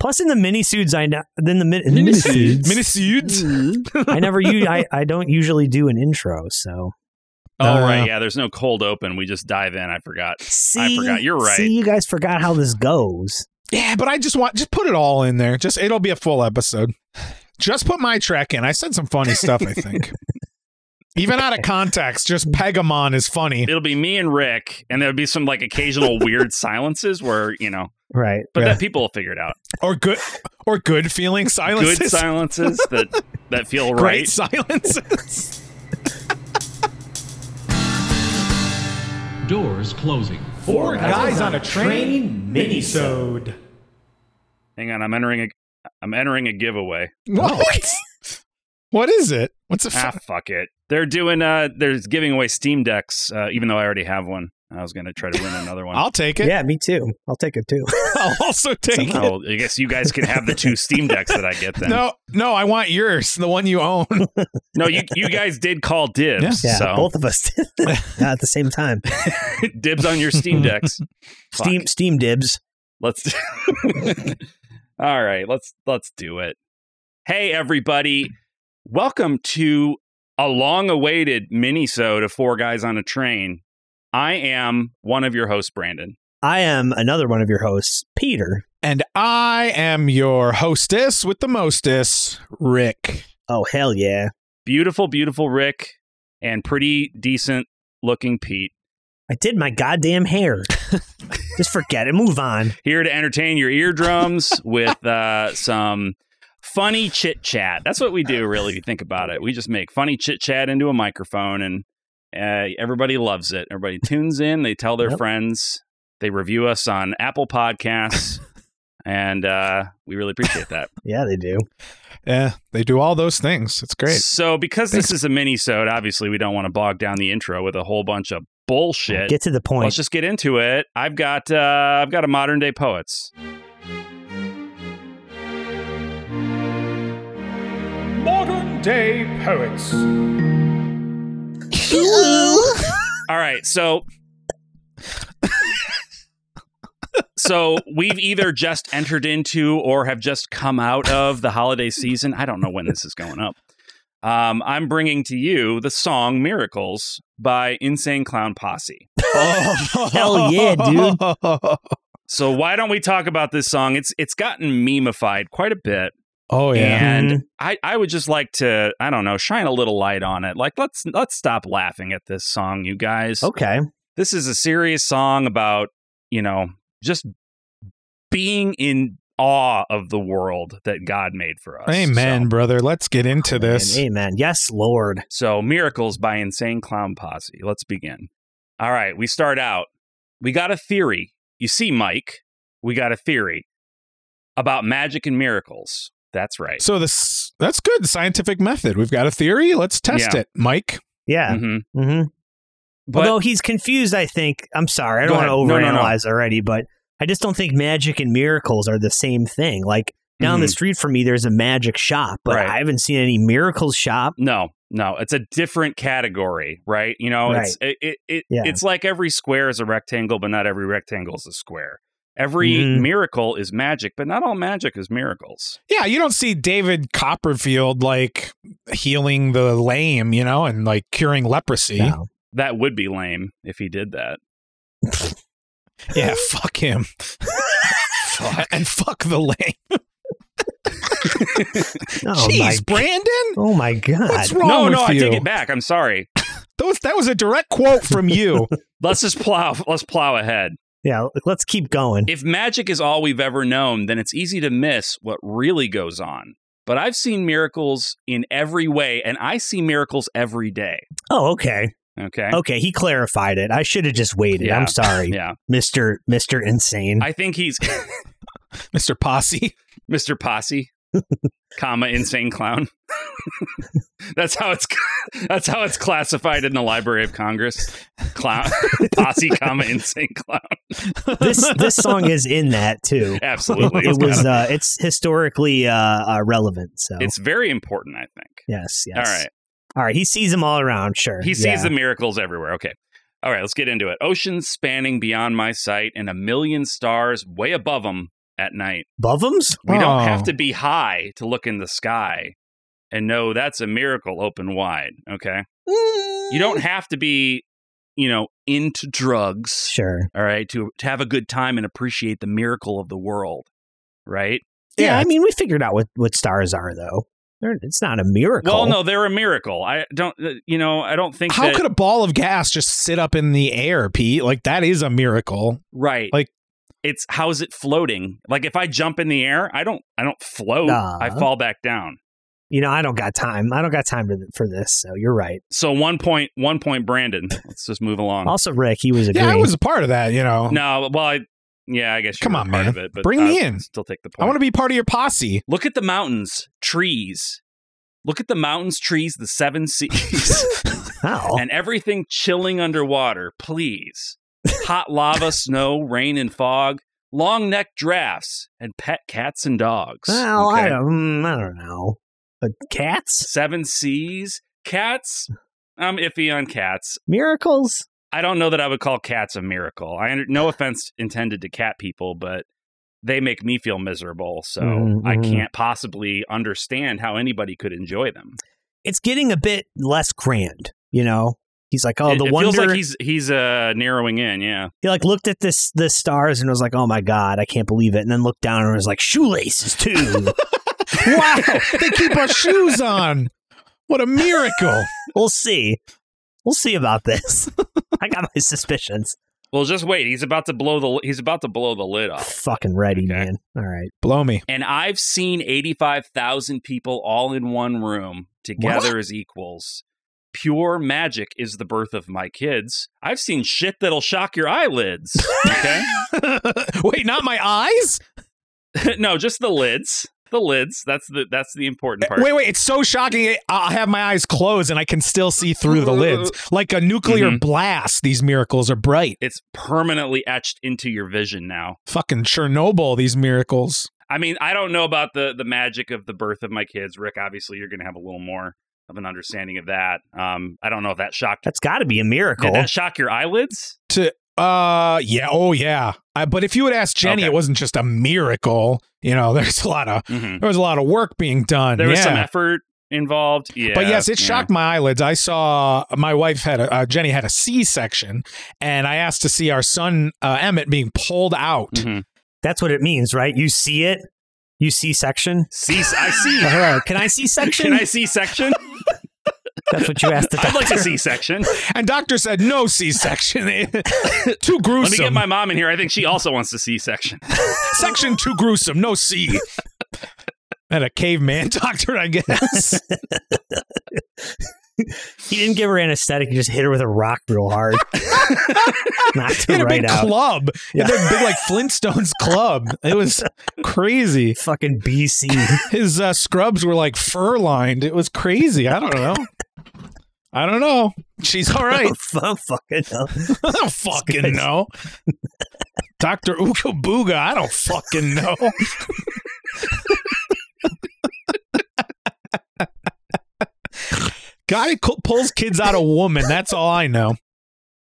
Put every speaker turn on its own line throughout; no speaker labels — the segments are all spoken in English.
Plus, in the mini suits, I then the mi- in the
Minisudes.
mini
Minisudes.
I never u- I, I don't usually do an intro, so
Oh,
Uh,
right. Yeah, there's no cold open. We just dive in. I forgot.
see,
forgot. You're right.
See, you guys forgot how this goes.
Yeah, but I just want just put it all in there. Just it'll be a full episode. Just put my track in. I said some funny stuff, I think. Even out of context, just Pegamon is funny.
It'll be me and Rick, and there'll be some like occasional weird silences where, you know,
Right.
but
Yeah.
that people will figure it out.
Or good or good feeling silences.
Good silences that that feel
Great
right.
silences.
Doors closing.
Four guys on a train minisode.
Hang on, I'm entering a I'm entering a giveaway.
What? what is it? What's it?
Ah,
for?
fuck it. They're doing uh they're giving away Steam decks, uh, even though I already have one. I was gonna try to win another one.
I'll take it.
Yeah, me too. I'll take it too.
I'll also take it.
Oh, I guess you guys can have the two Steam decks that I get then.
No, no, I want yours, the one you own.
No, you you guys did call dibs,
Yeah,
so
both of us did Not at the same time.
dibs on your Steam decks. Fuck.
Steam Steam dibs.
Let's. All right, let's let's do it. Hey everybody, welcome to a long-awaited mini-sode of Four Guys on a Train. I am one of your hosts, Brandon.
I am another one of your hosts, Peter.
And I am your hostess with the mostess, Rick.
Oh hell yeah!
Beautiful, beautiful Rick, and pretty decent-looking Pete.
I did my goddamn hair. Just forget it. Move on.
Here to entertain your eardrums with uh, some funny chit chat. That's what we do, really. If you think about it, we just make funny chit chat into a microphone, and uh, everybody loves it. Everybody tunes in. They tell their
Yep.
friends. They review us on Apple Podcasts, and uh, we really appreciate that.
Yeah, they do.
Yeah, Eh, they do all those things. It's great.
So, because this is a mini-sode, obviously we don't want to bog down the intro with a whole bunch of bullshit.
Get to the point.
Let's just get into it. I've got uh, I've got a modern day poets.
Modern day poets.
All right, so so we've either just entered into or have just come out of the holiday season. I don't know when this is going up. Um, I'm bringing to you the song "Miracles" by Insane Clown Posse.
Oh,
Hell yeah, dude.
So why don't we talk about this song? It's it's gotten memeified quite a bit.
Oh yeah.
And
Mm-hmm.
I, I would just like to, I don't know, shine a little light on it. Like let's let's stop laughing at this song, you guys.
Okay.
This is a serious song about, you know, just being in awe of the world that God made for us.
Amen, brother. Let's get
Oh,
into this.
Amen. amen. Yes, Lord.
So, so miracles by insane clown posse. Let's begin. All right, we start out. We got a theory. You see, Mike, we got a theory about magic and miracles. That's right.
So this that's good scientific method. We've got a theory. Let's test
Yeah.
it, Mike.
Yeah.
Mhm.
hmm
But
Although he's confused, I think. I'm sorry. I
Go
don't want to
ahead. No, no, no.
overanalyze already, but I just don't think magic and miracles are the same thing. Like down the
Mhm.
street from me, there's a magic shop, but
Right.
I haven't seen any miracles shop.
No, no, it's a different category, right? You know, it's it, it, it
Yeah.
it's like every square is a rectangle, but not every rectangle is a square. Every
Mm-hmm.
Mhm.
miracle is magic, but not all magic is miracles.
Yeah, you don't see David Copperfield like healing the lame, you know, and like curing leprosy.
No.
That would be lame if he did that.
Yeah, fuck him. And fuck the lame.
Oh my.
Jeez, Brandon.
Oh my God.
What's wrong
no,
with
no, I
you?
take it back. I'm sorry.
Those- that was a direct quote from you.
Let's just plow. Let's plow ahead.
Yeah. Let's keep going.
If magic is all we've ever known, then it's easy to miss what really goes on. But I've seen miracles in every way, and I see miracles every day.
oh, okay.
Okay.
Okay. He clarified it. I should have just waited.
Yeah.
I'm sorry,
Yeah.
Mister Mister Insane.
I think he's
Mr. Posse.
Mr. Posse, comma insane clown. that's how it's that's how it's classified in the Library of Congress. Clown posse, comma insane clown.
this this song is in that too.
Absolutely,
It
it's,
was.
gotta-
Uh, it's historically uh, uh, relevant. So
it's very important. I think.
yes. Yes.
All right,
All right, he sees them all around. Sure,
he sees
Yeah.
the miracles everywhere. Okay. All right, let's get into it. Oceans spanning beyond my sight and a million stars way above them at night.
Bovums?
We
Oh.
don't have to be high to look in the sky and know that's a miracle open wide. Okay. You don't have to be, you know, into drugs.
Sure.
All right. To, to have a good time and appreciate the miracle of the world. Right.
Yeah,
Yeah.
I mean, we figured out what, what stars are, though. They're, it's not a miracle.
Well, no, they're a miracle. I don't, uh, you know, I don't think
How
that,
could a ball of gas just sit up in the air, Pete? Like that is a miracle.
right.
like-
it's how's it floating? Like if I jump in the air, I don't, I don't float.
Nah.
I fall back down.
You know, I don't got time. I don't got time to, for this. So you're right.
So one point, one point, Brandon. Let's just move along.
Also, Rick, he was agreeing.
Yeah, I was a part of that. You know,
No, well, I, yeah, I guess. you
Come
were
on,
part
man.
Of it, but
Bring
I
me in.
Still take the point.
I want to be part of your posse.
look at the mountains, trees. Look at the mountains, trees, the seven seas,
How?
and everything chilling underwater. Please, hot lava, snow, rain, and fog. Long neck drafts and pet cats and dogs.
Well, I,
Okay?
don't, mm, I don't know. But cats?
Seven seas, cats. I'm iffy on cats.
Miracles?
I don't know that I would call cats a miracle. I under- no offense intended to cat people, but they make me feel miserable, so
Mhm,
I
mhm.
can't possibly understand how anybody could enjoy them.
It's getting a bit less grand, you know? He's like, oh,
it,
the
it
wonder.
feels like he's he's uh, narrowing in. Yeah,
he like looked at this the stars and was like, "Oh my god, I can't believe it!" And then looked down and was like, "Shoelaces too."
wow, they keep our shoes on. What a miracle!
we'll see. We'll see about this. I got my suspicions.
well, just wait. He's about to blow the he's about to blow the lid off.
Fucking ready,
Oh. Okay.
man. All right.
Blow me.
And I've seen eighty five thousand people all in one room together as equals. Pure magic is the birth of my kids. I've seen shit that'll shock your eyelids. Okay.
Wait, not my eyes?
no, just the lids. The lids. That's the that's the important part.
Eh, Wait, wait, it's so shocking. I- I have my eyes closed and I can still see through the lids. Like a nuclear
Mhm.
blast, these miracles are bright.
It's permanently etched into your vision now.
Fucking Chernobyl, these miracles.
I mean, I don't know about the the magic of the birth of my kids, Rick. Obviously, you're going to have a little more of an understanding of that. Um, I don't know if that shocked.
That's got to be a miracle.
Did that shock your eyelids?
To uh yeah, oh yeah. I, but if you had asked Jenny,
Okay.
it wasn't just a miracle. You know, there's a lot of
hmm
there was a lot of work being done.
There was
Uh, yeah.
some effort involved. Yeah,
But yes, it
yeah.
shocked my eyelids. I saw my wife had a uh, Jenny had a C section, and I asked to see our son uh, Emmett being pulled out.
Mhm.
That's what it means, right? You see it. You see section.
C- I see.
Hello, can I see section?
Can I see section?
That's what you asked the
I'd
doctor.
like to see section.
And doctor said no C section, too gruesome.
Let me get my mom in here. I think she also wants to see section.
section too gruesome, no C. and a caveman doctor, I guess.
He didn't give her anesthetic. He just hit her with a rock real hard. Knocked
In
her
a
right
big
out.
club,
Yeah.
in a big like Flintstones club. It was crazy.
Fucking BC.
His uh, scrubs were like fur lined. It was crazy. I don't know. I don't know. She's all right.
I'm fucking up.
I don't fucking
good.
know. Dr. Ooga Booga, I don't fucking know. God, it cu- pulls kids out of woman. That's all I know.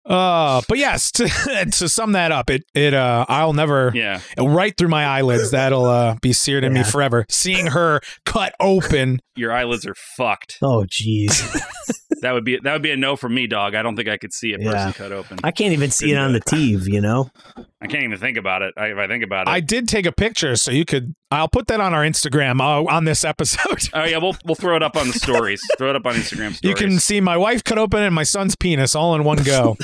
Uh, but yes, to, to sum that up, it it uh, I'll never
Yeah,
right through my eyelids. That'll uh, be seared in me
Yeah.
forever. Seeing her cut open,
your eyelids are fucked.
Oh, jeez.
That would be that would be a no for me, dog. I don't think I could see a person
Yeah.
cut open.
I can't even see it on the TV, you know?
I can't even think about it. I, if I think about it,
I did take a picture, so you could. I'll put that on our Instagram uh, on this episode.
Oh yeah, we'll we'll throw it up on the stories. throw it up on Instagram stories.
You can see my wife cut open and my son's penis all in one go.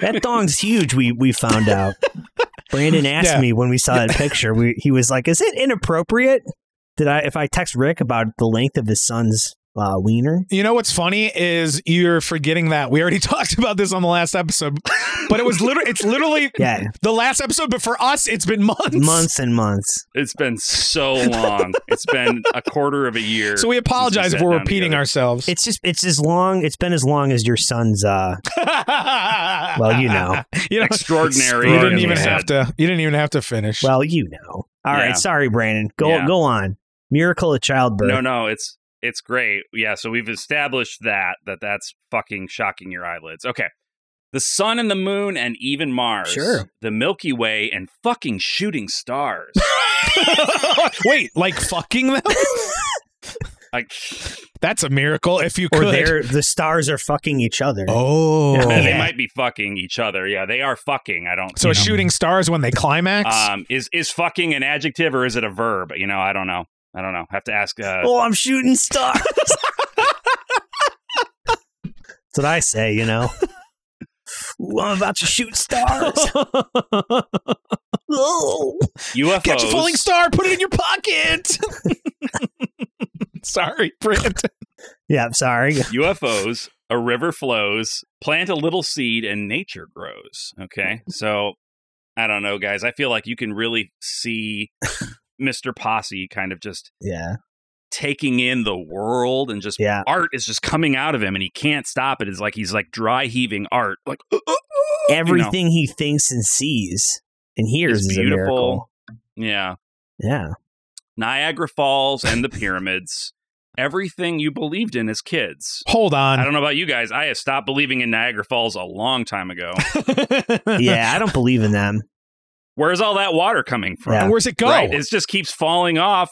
That thong's huge. We we found out. Brandon asked
Yeah.
me when we saw that picture. We, he was like, "Is it inappropriate? Did I if I text Rick about the length of his son's uh, wiener?
you know what's funny is you're forgetting that we already talked about this on the last episode, but it was literally it's literally
Yeah,
the last episode. But for us, it's been months.
months and months.
It's been so long. It's been a quarter of a year.
So we apologize if
Since we sat
we're
down
repeating
together.
ourselves.
It's just it's as long. It's been as long as your son's. uh
well,
you know.
you know,
extraordinary.
you didn't
Extraordinary.
even
said.
have to. You didn't even have to finish.
Well, you know. All right,
Yeah.
sorry, Brandon. Go
Yeah.
go on. Miracle of childbirth.
No, no, it's it's great. Yeah, so we've established that that that's fucking shocking your eyelids. Okay. the sun and the moon and even Mars.
Sure.
The Milky Way and fucking shooting stars.
Wait, like fucking them?
like
That's a miracle if you
Or
could.
they're the stars are fucking each other.
oh.
they
Yeah.
might be fucking each other. Yeah, they are fucking. I don't
So
you
a shooting stars when they climax?
um is is fucking an adjective or is it a verb? You know, I don't know. I don't know. Have to ask uh,
Oh, I'm shooting stars. That's what I say, you know. Ooh, I'm about to shoot stars. oh.
UFOs.
Catch a falling star, put it in your pocket. Sorry, Brent.
Yeah, I'm sorry.
UFOs, a river flows, plant a little seed, and nature grows. Okay. So I don't know, guys. I feel like you can really see Mr. Posse kind of just
Yeah.
taking in the world and just
Yeah.
art is just coming out of him and he can't stop it. It's like he's like dry heaving art. Like
Uh,
Everything he thinks and sees and hears
It's
is a
beautiful.
miracle.
Yeah.
Yeah.
Niagara Falls and the pyramids. Everything you believed in as kids.
Hold
I
on.
don't know about you guys. I have stopped believing in Niagara Falls a long time ago.
Yeah, I don't believe in them.
Where's all that water coming from?
Yeah.
Where's it go?
Right. It just keeps falling off.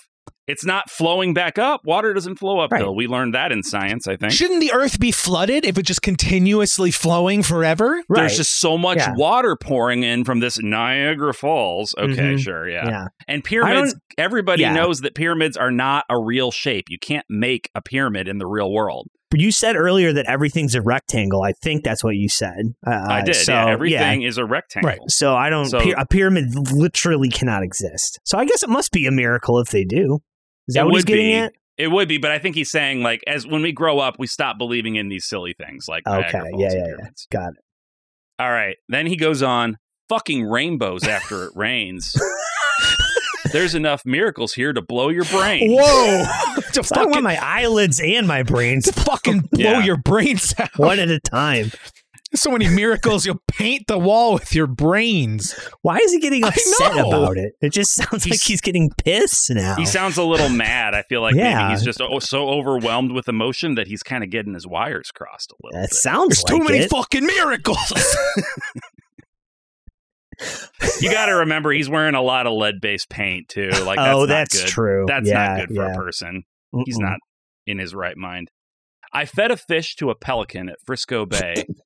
It's not flowing back up. Water doesn't flow uphill. We learned that in science, I think.
Shouldn't the earth be flooded if it's just continuously flowing forever?
Right.
There's just so much
Yeah.
water pouring in from this Niagara Falls. Okay,
Mhm.
sure, yeah.
Yeah.
And pyramids, everybody
yeah.
knows that pyramids are not a real shape. You can't make a pyramid in the real world.
But You said earlier that everything's a rectangle. I think that's what you said. Uh,
I did.
So,
yeah, everything is a rectangle.
Right.
So I don't.
So-
pyra- a pyramid literally cannot exist. So I guess it must be a miracle if they do. Is that
It
what he's
would
getting
be.
at?
It would be, but I think he's saying like as when we grow up, we stop believing in these silly things like
Okay,
Niagara Falls
yeah,
and
yeah, yeah.
pyramids.
Got it.
All right. Then he goes on fucking rainbows after it rains. There's enough miracles here to blow your brain.
Whoa. to
So I want
fucking,
my eyelids and my brains
to fucking blow
Yeah.
your brains out.
one at a time.
So many miracles, you'll paint the wall with your brains.
Why is he getting
I
upset
know.
about it? It just sounds like
He's-
he's getting pissed now.
He sounds a little mad. I feel like
Yeah.
maybe he's just oh, so overwhelmed with emotion that he's kind of getting his wires crossed a little
that
bit.
sounds
There's
like
too many
it.
fucking miracles.
You got to remember, he's wearing a lot of lead based paint, too. Like, that's
oh,
not
that's
good.
true.
That's
yeah,
not good for
yeah.
a person. He's
Mm-mm.
not in his right mind. I fed a fish to a pelican at Frisco Bay.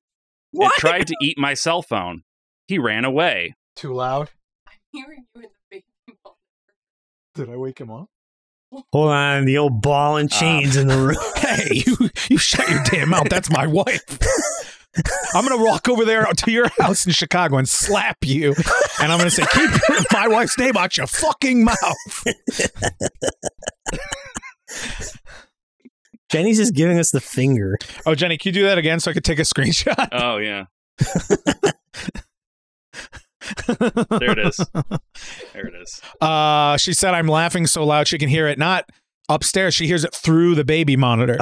What?
It tried to eat my cell phone. He ran away.
Too loud.
hearing you in the baby ball.
Did I wake him up?
Hold on, the old ball and
Um,
chains in the room.
Hey, you, you shut your damn mouth. That's my wife. I'm going to walk over there to your house in Chicago and slap you. And I'm going to say, keep my wife's name out your fucking mouth.
Jenny's just giving us the finger.
Oh, Jenny, can you do that again so I could take a screenshot?
Oh yeah. there it is. There it is.
Uh, she said, I'm laughing so loud she can hear it. Not upstairs. She hears it through the baby monitor.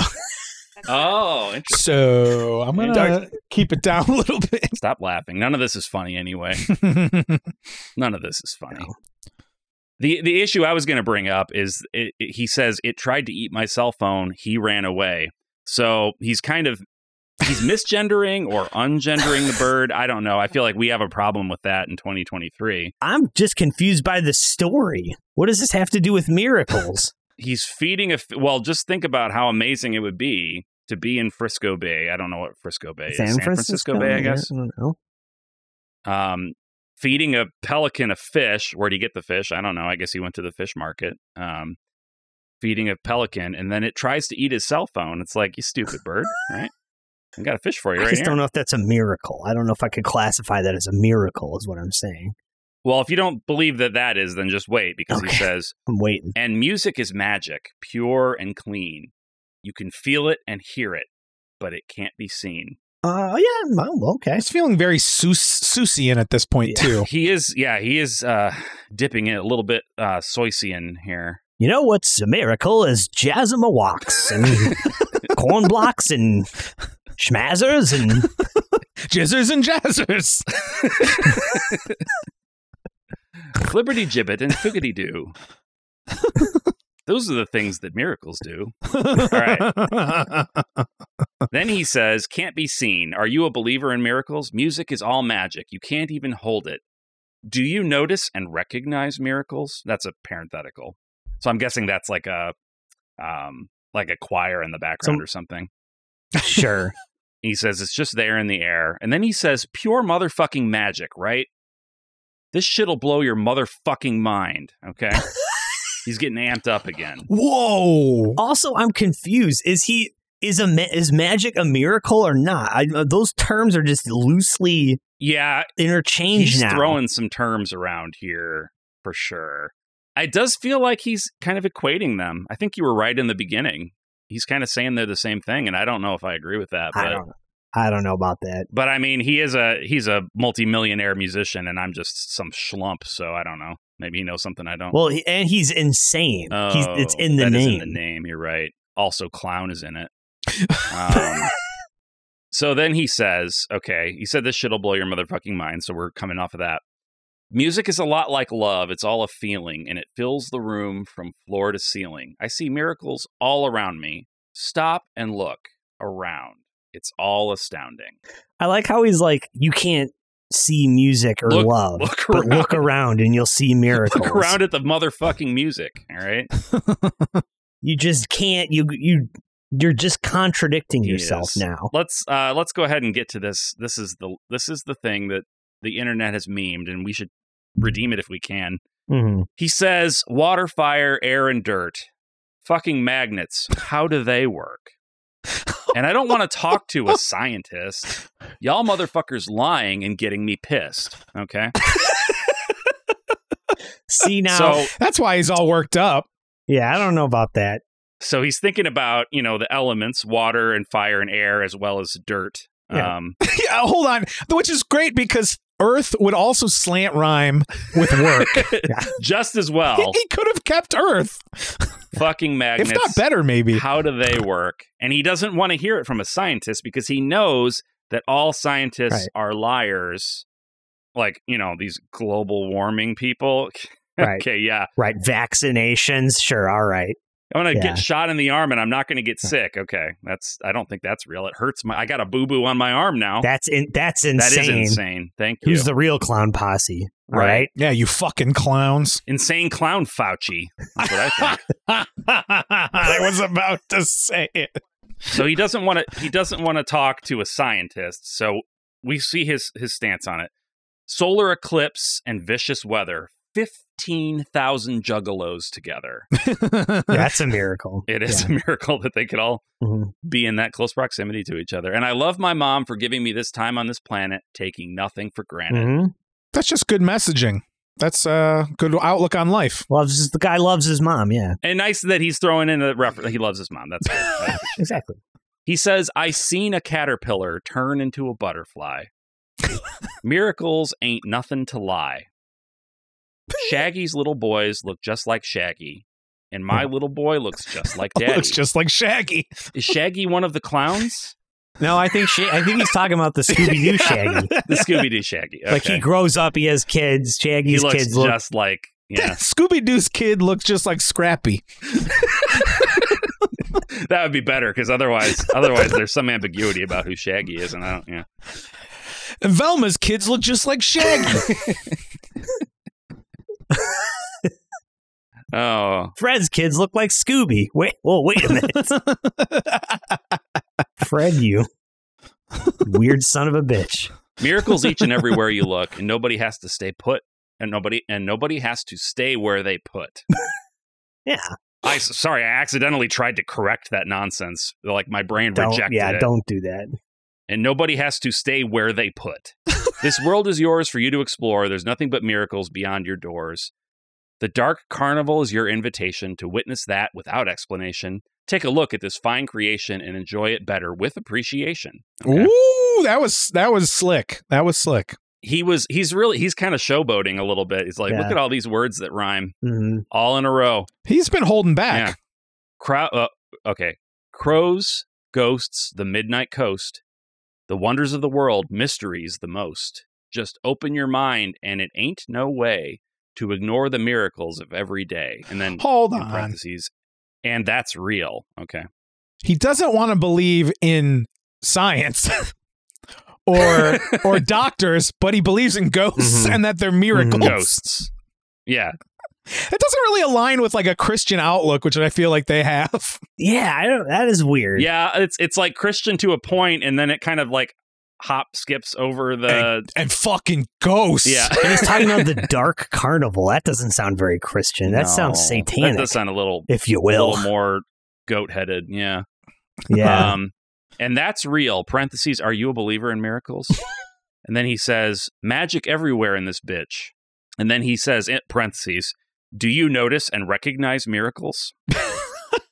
Oh, interesting.
So I'm going to keep it down a little bit.
Stop laughing. None of this is funny anyway. None of this is funny.
No.
The the issue I was going to bring up is it, it- he says it tried to eat my cell phone. He ran away. So he's kind of he's misgendering or ungendering the bird. I don't know. I feel like we have a problem with that in 2023.
I'm just confused by the story. What does this have to do with miracles?
he's feeding a f- well just think about how amazing it would be to be in frisco bay i don't know what frisco bay is san francisco, bay i guess
I don't know.
um feeding a pelican a fish where'd he get the fish i don't know i guess he went to the fish market um feeding a pelican and then it tries to eat his cell phone it's like you stupid bird right i got a fish for you
I
right
just
here
don't know if that's a miracle. I don't know if I could classify that as a miracle. Is what I'm saying.
well if you don't believe that that is then just wait because he
Okay.
says
I'm waiting.
And music is magic, pure and clean. You can feel it and hear it, but it can't be seen.
Uh, yeah. Well, okay.
It's feeling very Seuss- Seussian at this point,
Yeah.
too.
He is, yeah, he is uh, dipping it a little bit uh, Soysian here.
You know what's a miracle is Jazmawalks and corn blocks and schmazzers and
Jizzers and jazzers.
Flibberty gibbet and figgity doo. Those are the things that miracles do. right. then he says, Can't be seen. Are you a believer in miracles? Music is all magic. You can't even hold it. Do you notice and recognize miracles? That's a parenthetical. So I'm guessing that's like a um like a choir in the background
Some-
or something.
sure.
He says it's just there in the air. And then he says, pure motherfucking magic, right? This shit'll blow your motherfucking mind. Okay. He's getting amped up again.
Whoa.
Also, I'm confused. Is he is a ma- is magic a miracle or not? I, uh, those terms are just loosely
Yeah,
interchanged
he's
now.
throwing some terms around here for sure. It does feel like he's kind of equating them. I think you were right in the beginning. He's kind of saying they're the same thing, and I don't know if I agree with that. But
I don't. I don't know about that.
but I mean, he is a he's a multimillionaire musician, and I'm just some schlump. So I don't know. Maybe he knows something I don't.
Well, he, and he's insane. he's, it's
Oh,
in the
that is
name.
in the name. You're right. Also, clown is in it. Um, so then he says, "Okay, he said this shit'll blow your motherfucking mind." So we're coming off of that. Music is a lot like love. It's all a feeling, and it fills the room from floor to ceiling. I see miracles all around me. Stop and look around. It's all astounding.
I like how he's like, you can't see music or
Look-
love,
look
but
around.
look around and you'll see miracles.
Look around at the motherfucking music. All right.
You just can't. You you you're just contradicting
He
yourself
is.
now.
let's uh let's go ahead and get to this this is the this is the thing that the internet has memed and we should redeem it if we can
Mhm.
he says water fire air and dirt fucking magnets how do they work and i don't want to talk to a scientist y'all motherfuckers lying and getting me pissed okay
See now,
so
That's why he's all worked up.
yeah, I don't know about that.
so he's thinking about you know the elements water and fire and air as well as dirt
Yeah.
um
Yeah, hold on. Which is great because Earth would also slant rhyme with work.
just as well
He could have kept Earth,
fucking magnets
if not better, maybe.
How do they work? And he doesn't want to hear it from a scientist because he knows that all scientists
Right.
are liars. Like, you know, these global warming people.
Right.
okay, yeah.
Right? Vaccinations, sure. All right.
I'm going to
Yeah.
get shot in the arm and I'm not going to get sick. Okay. That's I don't think that's real. It hurts my I got a boo-boo on my arm now.
That's in. That's
Oh. That is
insane.
insane. Thank you.
Who's the real clown posse? All right.
Right.
Yeah, you fucking clowns.
insane clown Fauci? That's what I think.
I was about to say it.
so he doesn't want to he doesn't want to talk to a scientist so we see his his stance on it solar eclipse and vicious weather 15,000 juggalos together
Yeah, that's a miracle.
it is a miracle that they could all
Mhm.
be in that close proximity to each other and i love my mom for giving me this time on this planet taking nothing for granted
Mhm.
That's just good messaging. That's a uh, good outlook on life.
Loves his- the guy loves his mom. Yeah,
and nice that he's throwing in a reference he loves his mom that's good I appreciate it.
exactly.
He says, I seen a caterpillar turn into a butterfly. Miracles ain't nothing to lie. Shaggy's little boys look just like Shaggy, and my little boy looks just like
Oh,
Daddy.
Looks just like Shaggy.
Is Shaggy one of the clowns?
No, I think she. I think he's talking about the Scooby Doo Shaggy.
The Scooby Doo Shaggy.
Like he
okay.
grows up, he has kids.
he
Shaggy's
looks
kids look.
just like. Yeah,
Scooby Doo's kid looks just like Scrappy.
that would be better because otherwise, otherwise there's some ambiguity about who Shaggy is, and I don't. Yeah,
And Velma's kids look just like Shaggy.
oh,
Fred's kids look like Scooby. Wait, well, wait a minute. Fred, you weird son of a bitch.
miracles each and everywhere you look, and nobody has to stay put, and nobody and nobody has to stay where they put.
Yeah,
I s- sorry, I accidentally tried to correct that nonsense. Like my brain
don't.
rejected
yeah,
it.
don't do that.
And nobody has to stay where they put. this world is yours for you to explore. There's nothing but miracles beyond your doors. The dark carnival is your invitation to witness that without explanation. Take a look at this fine creation and enjoy it better with appreciation. Okay.
Ooh, that was that was slick. That was slick.
He was he's really he's kind of showboating a little bit. He's like,
Yeah.
look at all these words that rhyme
Mhm.
all in a row.
He's been holding back.
Crow. Uh, okay. Crows, ghosts, the midnight coast, the wonders of the world, mysteries the most. Just open your mind, and it ain't no way to ignore the miracles of every day. And then
Hold
in
on.
parentheses, and that's real. Okay.
He doesn't want to believe in science or or doctors, but he believes in ghosts
Mhm.
and that they're miracles.
Mm-hmm. Ghosts. Yeah.
It doesn't really align with like a Christian outlook, which I feel like they have.
Yeah, I don't, that is weird.
Yeah, it's it's like Christian to a point and then it kind of like hop skips over the
And fucking ghosts.
yeah.
And he's talking about the dark carnival. That doesn't sound very Christian. That sounds
No.
satanic,
That does sound a little
if you
a
will.
little more goat headed. Yeah.
Yeah.
Um, and that's real. Parentheses, are you a believer in miracles? and then he says, magic everywhere in this bitch. And then he says, in parentheses, do you notice and recognize miracles? you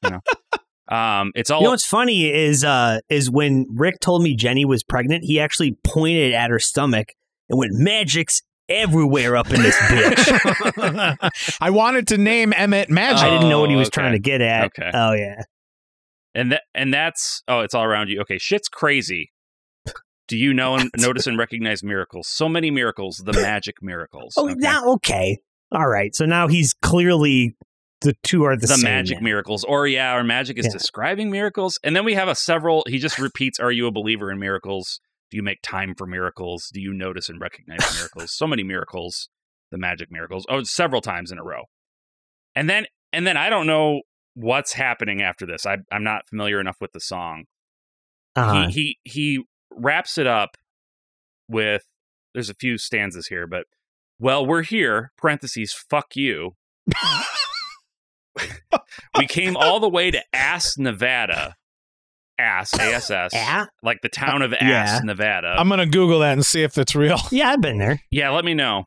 know? um, it's all.
You know what's funny is uh is when Rick told me Jenny was pregnant, he actually pointed at her stomach and went magic's everywhere up in this bitch.
I wanted to name Emmett Magic.
I didn't know what he
Oh,
was
okay.
trying to get at.
Okay.
Oh yeah.
and that and that's oh, it's all around you. Okay, shit's crazy. Do you know and notice and recognize miracles? So many miracles, the magic miracles.
Oh
Okay.
now okay. All right. So now he's clearly the two are the,
the
same
magic
now.
miracles or yeah or magic is
Yeah.
describing miracles and then we have a several he just repeats are you a believer in miracles do you make time for miracles do you notice and recognize miracles so many miracles the magic miracles oh several times in a row and then and then i don't know what's happening after this I, i'm not familiar enough with the song
Uh-huh.
he, he he wraps it up with there's a few stanzas here, but well, we're here. Parentheses, fuck you. we came all the way to Ass, Nevada. Ass, ASS,
yeah.
like the town of Ass,
Yeah. Um,
Nevada.
I'm gonna Google that and see if it's real.
Yeah, I've been there.
yeah, let me know.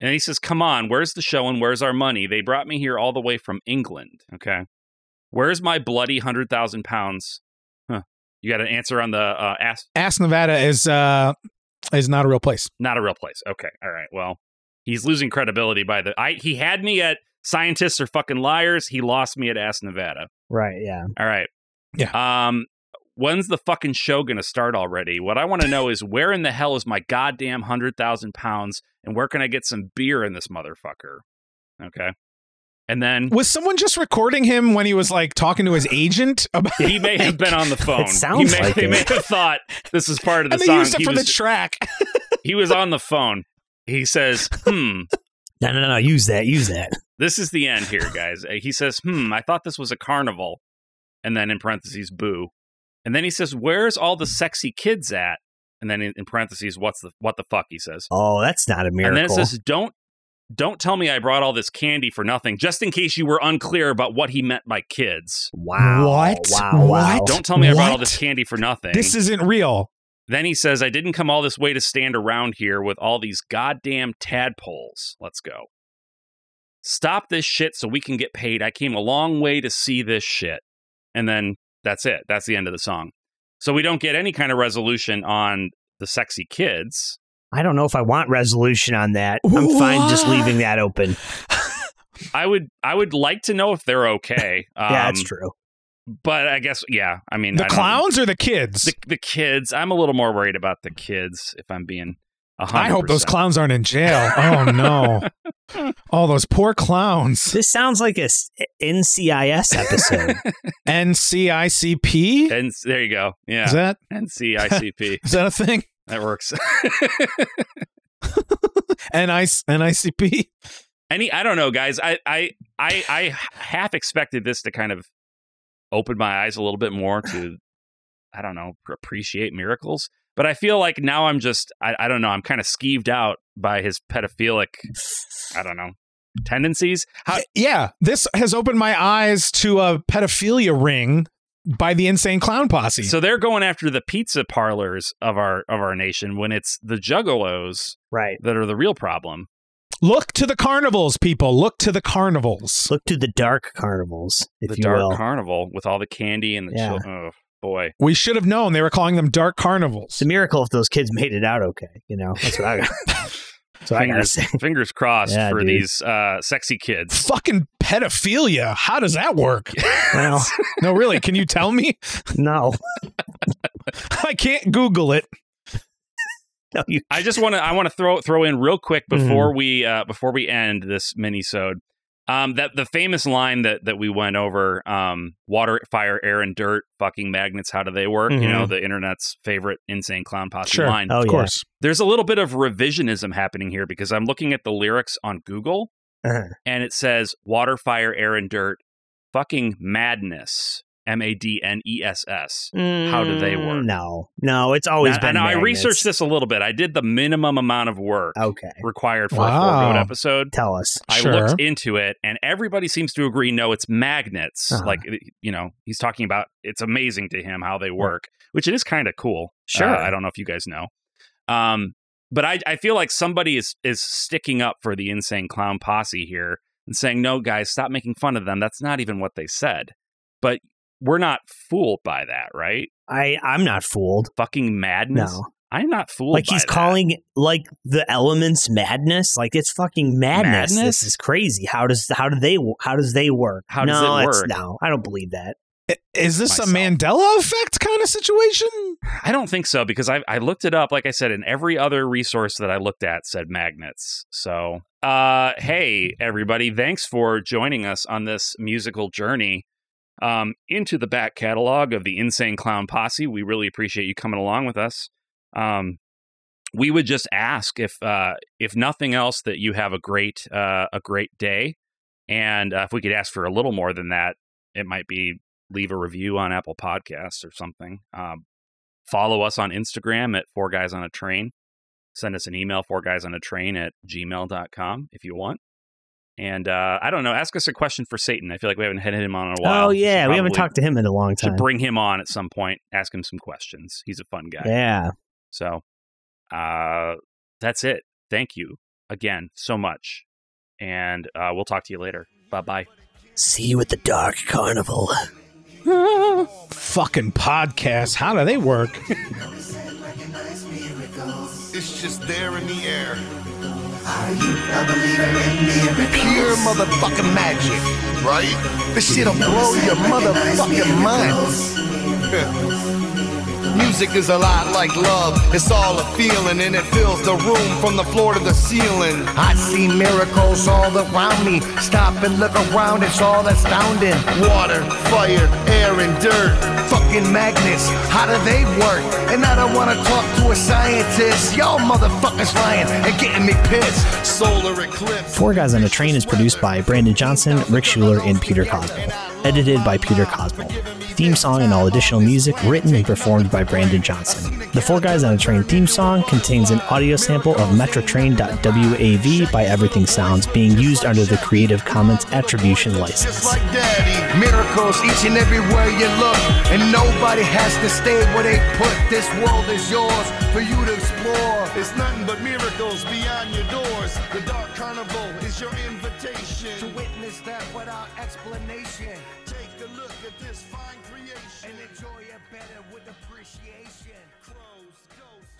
And he says, "Come on, where's the show and where's our money? They brought me here all the way from England. Okay, where's my bloody hundred thousand pounds? Huh. You got an answer on the uh, Ass
Ass Nevada is uh is not a real place.
not a real place. Okay. All right. Well, he's losing credibility by the I he had me at scientists are fucking liars. He lost me at Ass Nevada.
Right, yeah.
All right. Yeah. Um when's the fucking show gonna start already? What I want to know is where in the hell is my goddamn hundred thousand pounds and where can I get some beer in this motherfucker? Okay. And then
Was someone just recording him when he was like talking to his agent about
he may have been on the phone.
sounds
he may,
like
they
it.
may have thought this is part of the
and they
song.
used it
He
for
was,
the track.
he was on the phone. He says, hmm.
No, no, no, use that, use that.
This is the end here, guys. Uh, He says, Hmm, I thought this was a carnival. And then in parentheses, boo. And then he says, Where's all the sexy kids at? And then in in parentheses, what's the what the fuck? He says.
Oh, that's not a miracle.
And then it says, Don't don't tell me I brought all this candy for nothing, just in case you were unclear about what he meant by kids.
wow.
What?
Wow, wow.
What?
Don't tell me I brought all
What?
this candy for nothing.
This isn't real.
then he says, I didn't come all this way to stand around here with all these goddamn tadpoles. Let's go. Stop this shit so we can get paid. I came a long way to see this shit. And then that's it. That's the end of the song. So we don't get any kind of resolution on the sexy kids.
I don't know if I want resolution on that. I'm fine just
What?
leaving that open.
I would I would like to know if they're okay. Um,
yeah, that's true.
But I guess yeah. I mean
The
I don't-
clowns or the kids?
the, the kids. I'm a little more worried about the kids if I'm being a hundred.
I hope those clowns aren't in jail. Oh no. All those poor clowns.
This sounds like a s- NCIS episode.
NCICP?
And s- there you go. Yeah.
Is that
NCICP.
is that a thing?
that works.
NIC NICP?
Any I don't know, guys. I I I I half expected this to kind of open my eyes a little bit more to I don't know, appreciate miracles. But I feel like now I'm just I, I don't know, I'm kind of skeeved out by his pedophilic I don't know tendencies. How
yeah, this has opened my eyes to a pedophilia ring by the insane clown posse.
so they're going after the pizza parlors of our of our nation when it's the juggalos
right.
that are the real problem.
Look to the carnivals, people. Look to the carnivals.
Look to the dark carnivals, if
the
you
dark
will.
carnival with all the candy and the
Yeah.
chil- oh boy.
We should have known they were calling them dark carnivals.
it's a miracle if those kids made it out okay. You know, that's what I got. that's what I gotta
fingers,
say.
fingers crossed
Yeah,
for
dude.
these uh, sexy kids.
Fucking pedophilia. How does that work?
Well,
no, really. Can you tell me?
no,
I can't Google it.
no, you. Mm-hmm.
I just want to I want to throw throw in real quick before we uh, before we end this minisode. Um, that the famous line that that we went over: um, water, fire, air, and dirt. Fucking magnets. How do they work? You
Mhm.
know, the internet's favorite insane clown posse
Sure.
line.
Oh,
of
yeah.
course.
There's a little bit of revisionism happening here because I'm looking at the lyrics on Google,
Uh-huh.
and it says water, fire, air, and dirt. Fucking madness. M a d n e s s. How do they work?
Mm, No, no, it's always
Now-
been.
and I
magnets.
researched this a little bit. I did the minimum amount of work
Okay,
required for
Wow.
a four episode.
tell us.
I
Sure.
looked into it, and everybody seems to agree. No, it's magnets.
Uh-huh.
Like eh, you know, he's talking about. It's amazing to him how they work, which it is kind of cool.
Sure.
Uh, I don't know if you guys know, um, but I, I feel like somebody is is sticking up for the insane clown posse here and saying, "No, guys, stop making fun of them. That's not even what they said." But we're not fooled by that, right?
I I'm not fooled.
Fucking madness.
No.
I'm not fooled.
Like
by
he's
that.
calling like the elements madness. Like it's fucking madness.
Madness?
This is crazy. How does how do they how does they work?
How
no,
does it
it's-
work?
No, I don't believe that.
I- Is this
Myself.
a Mandela effect kind of situation?
I don't think so because I, I looked it up, like I said, and every other resource that I looked at said magnets. So, uh, hey, everybody, thanks for joining us on this musical journey um, into the back catalog of the Insane Clown Posse. We really appreciate you coming along with us. Um, we would just ask if, uh, if nothing else, that you have a great, uh, a great day, and uh, if we could ask for a little more than that, it might be leave a review on Apple Podcasts or something. Um, follow us on Instagram at Four Guys on a Train. Send us an email, four guys on a train at gmail.com if you want. And uh, I don't know, ask us a question for Satan. I feel like we haven't had him on in a while.
oh yeah,
should
we haven't
probably-
talked to him in a long time.
Should bring him on at some point, ask him some questions. He's a fun guy.
yeah,
So uh, that's it. Thank you again so much. And uh, we'll talk to you later. Bye bye.
see you at the dark carnival.
Fucking podcasts. How do they work?
It's just there in the air. Pure motherfucking magic, right? This shit'll blow your motherfucking mind. Music is a lot like love. It's all a feeling, and it fills the room from the floor to the ceiling.
I see miracles all around me. Stop and look around, it's all astounding.
Water, fire, air, and dirt.
Fucking magnets, how do they work? And I don't wanna talk to a scientist. Y'all motherfuckers lying and getting me pissed.
Solar eclipse.
Four Guys on a Train is produced by Brandon Johnson, Rick Schuler, and Peter Cosmo. Edited by Peter Cosmo. Theme song and all additional music written and performed by Brandon Johnson. The Four Guys on a Train theme song contains an audio sample of MetroTrain.wav by Everything Sounds being used under the Creative Commons Attribution
Just
License.
like daddy.
Miracles each and everywhere you look. And nobody has to stay where they put. This world is yours for you to explore.
It's nothing but miracles beyond your doors. The dark carnival is your invitation.
To witness that without explanation.
Take a look at this fine creation.
And enjoy it better with appreciation.
Crows, ghosts,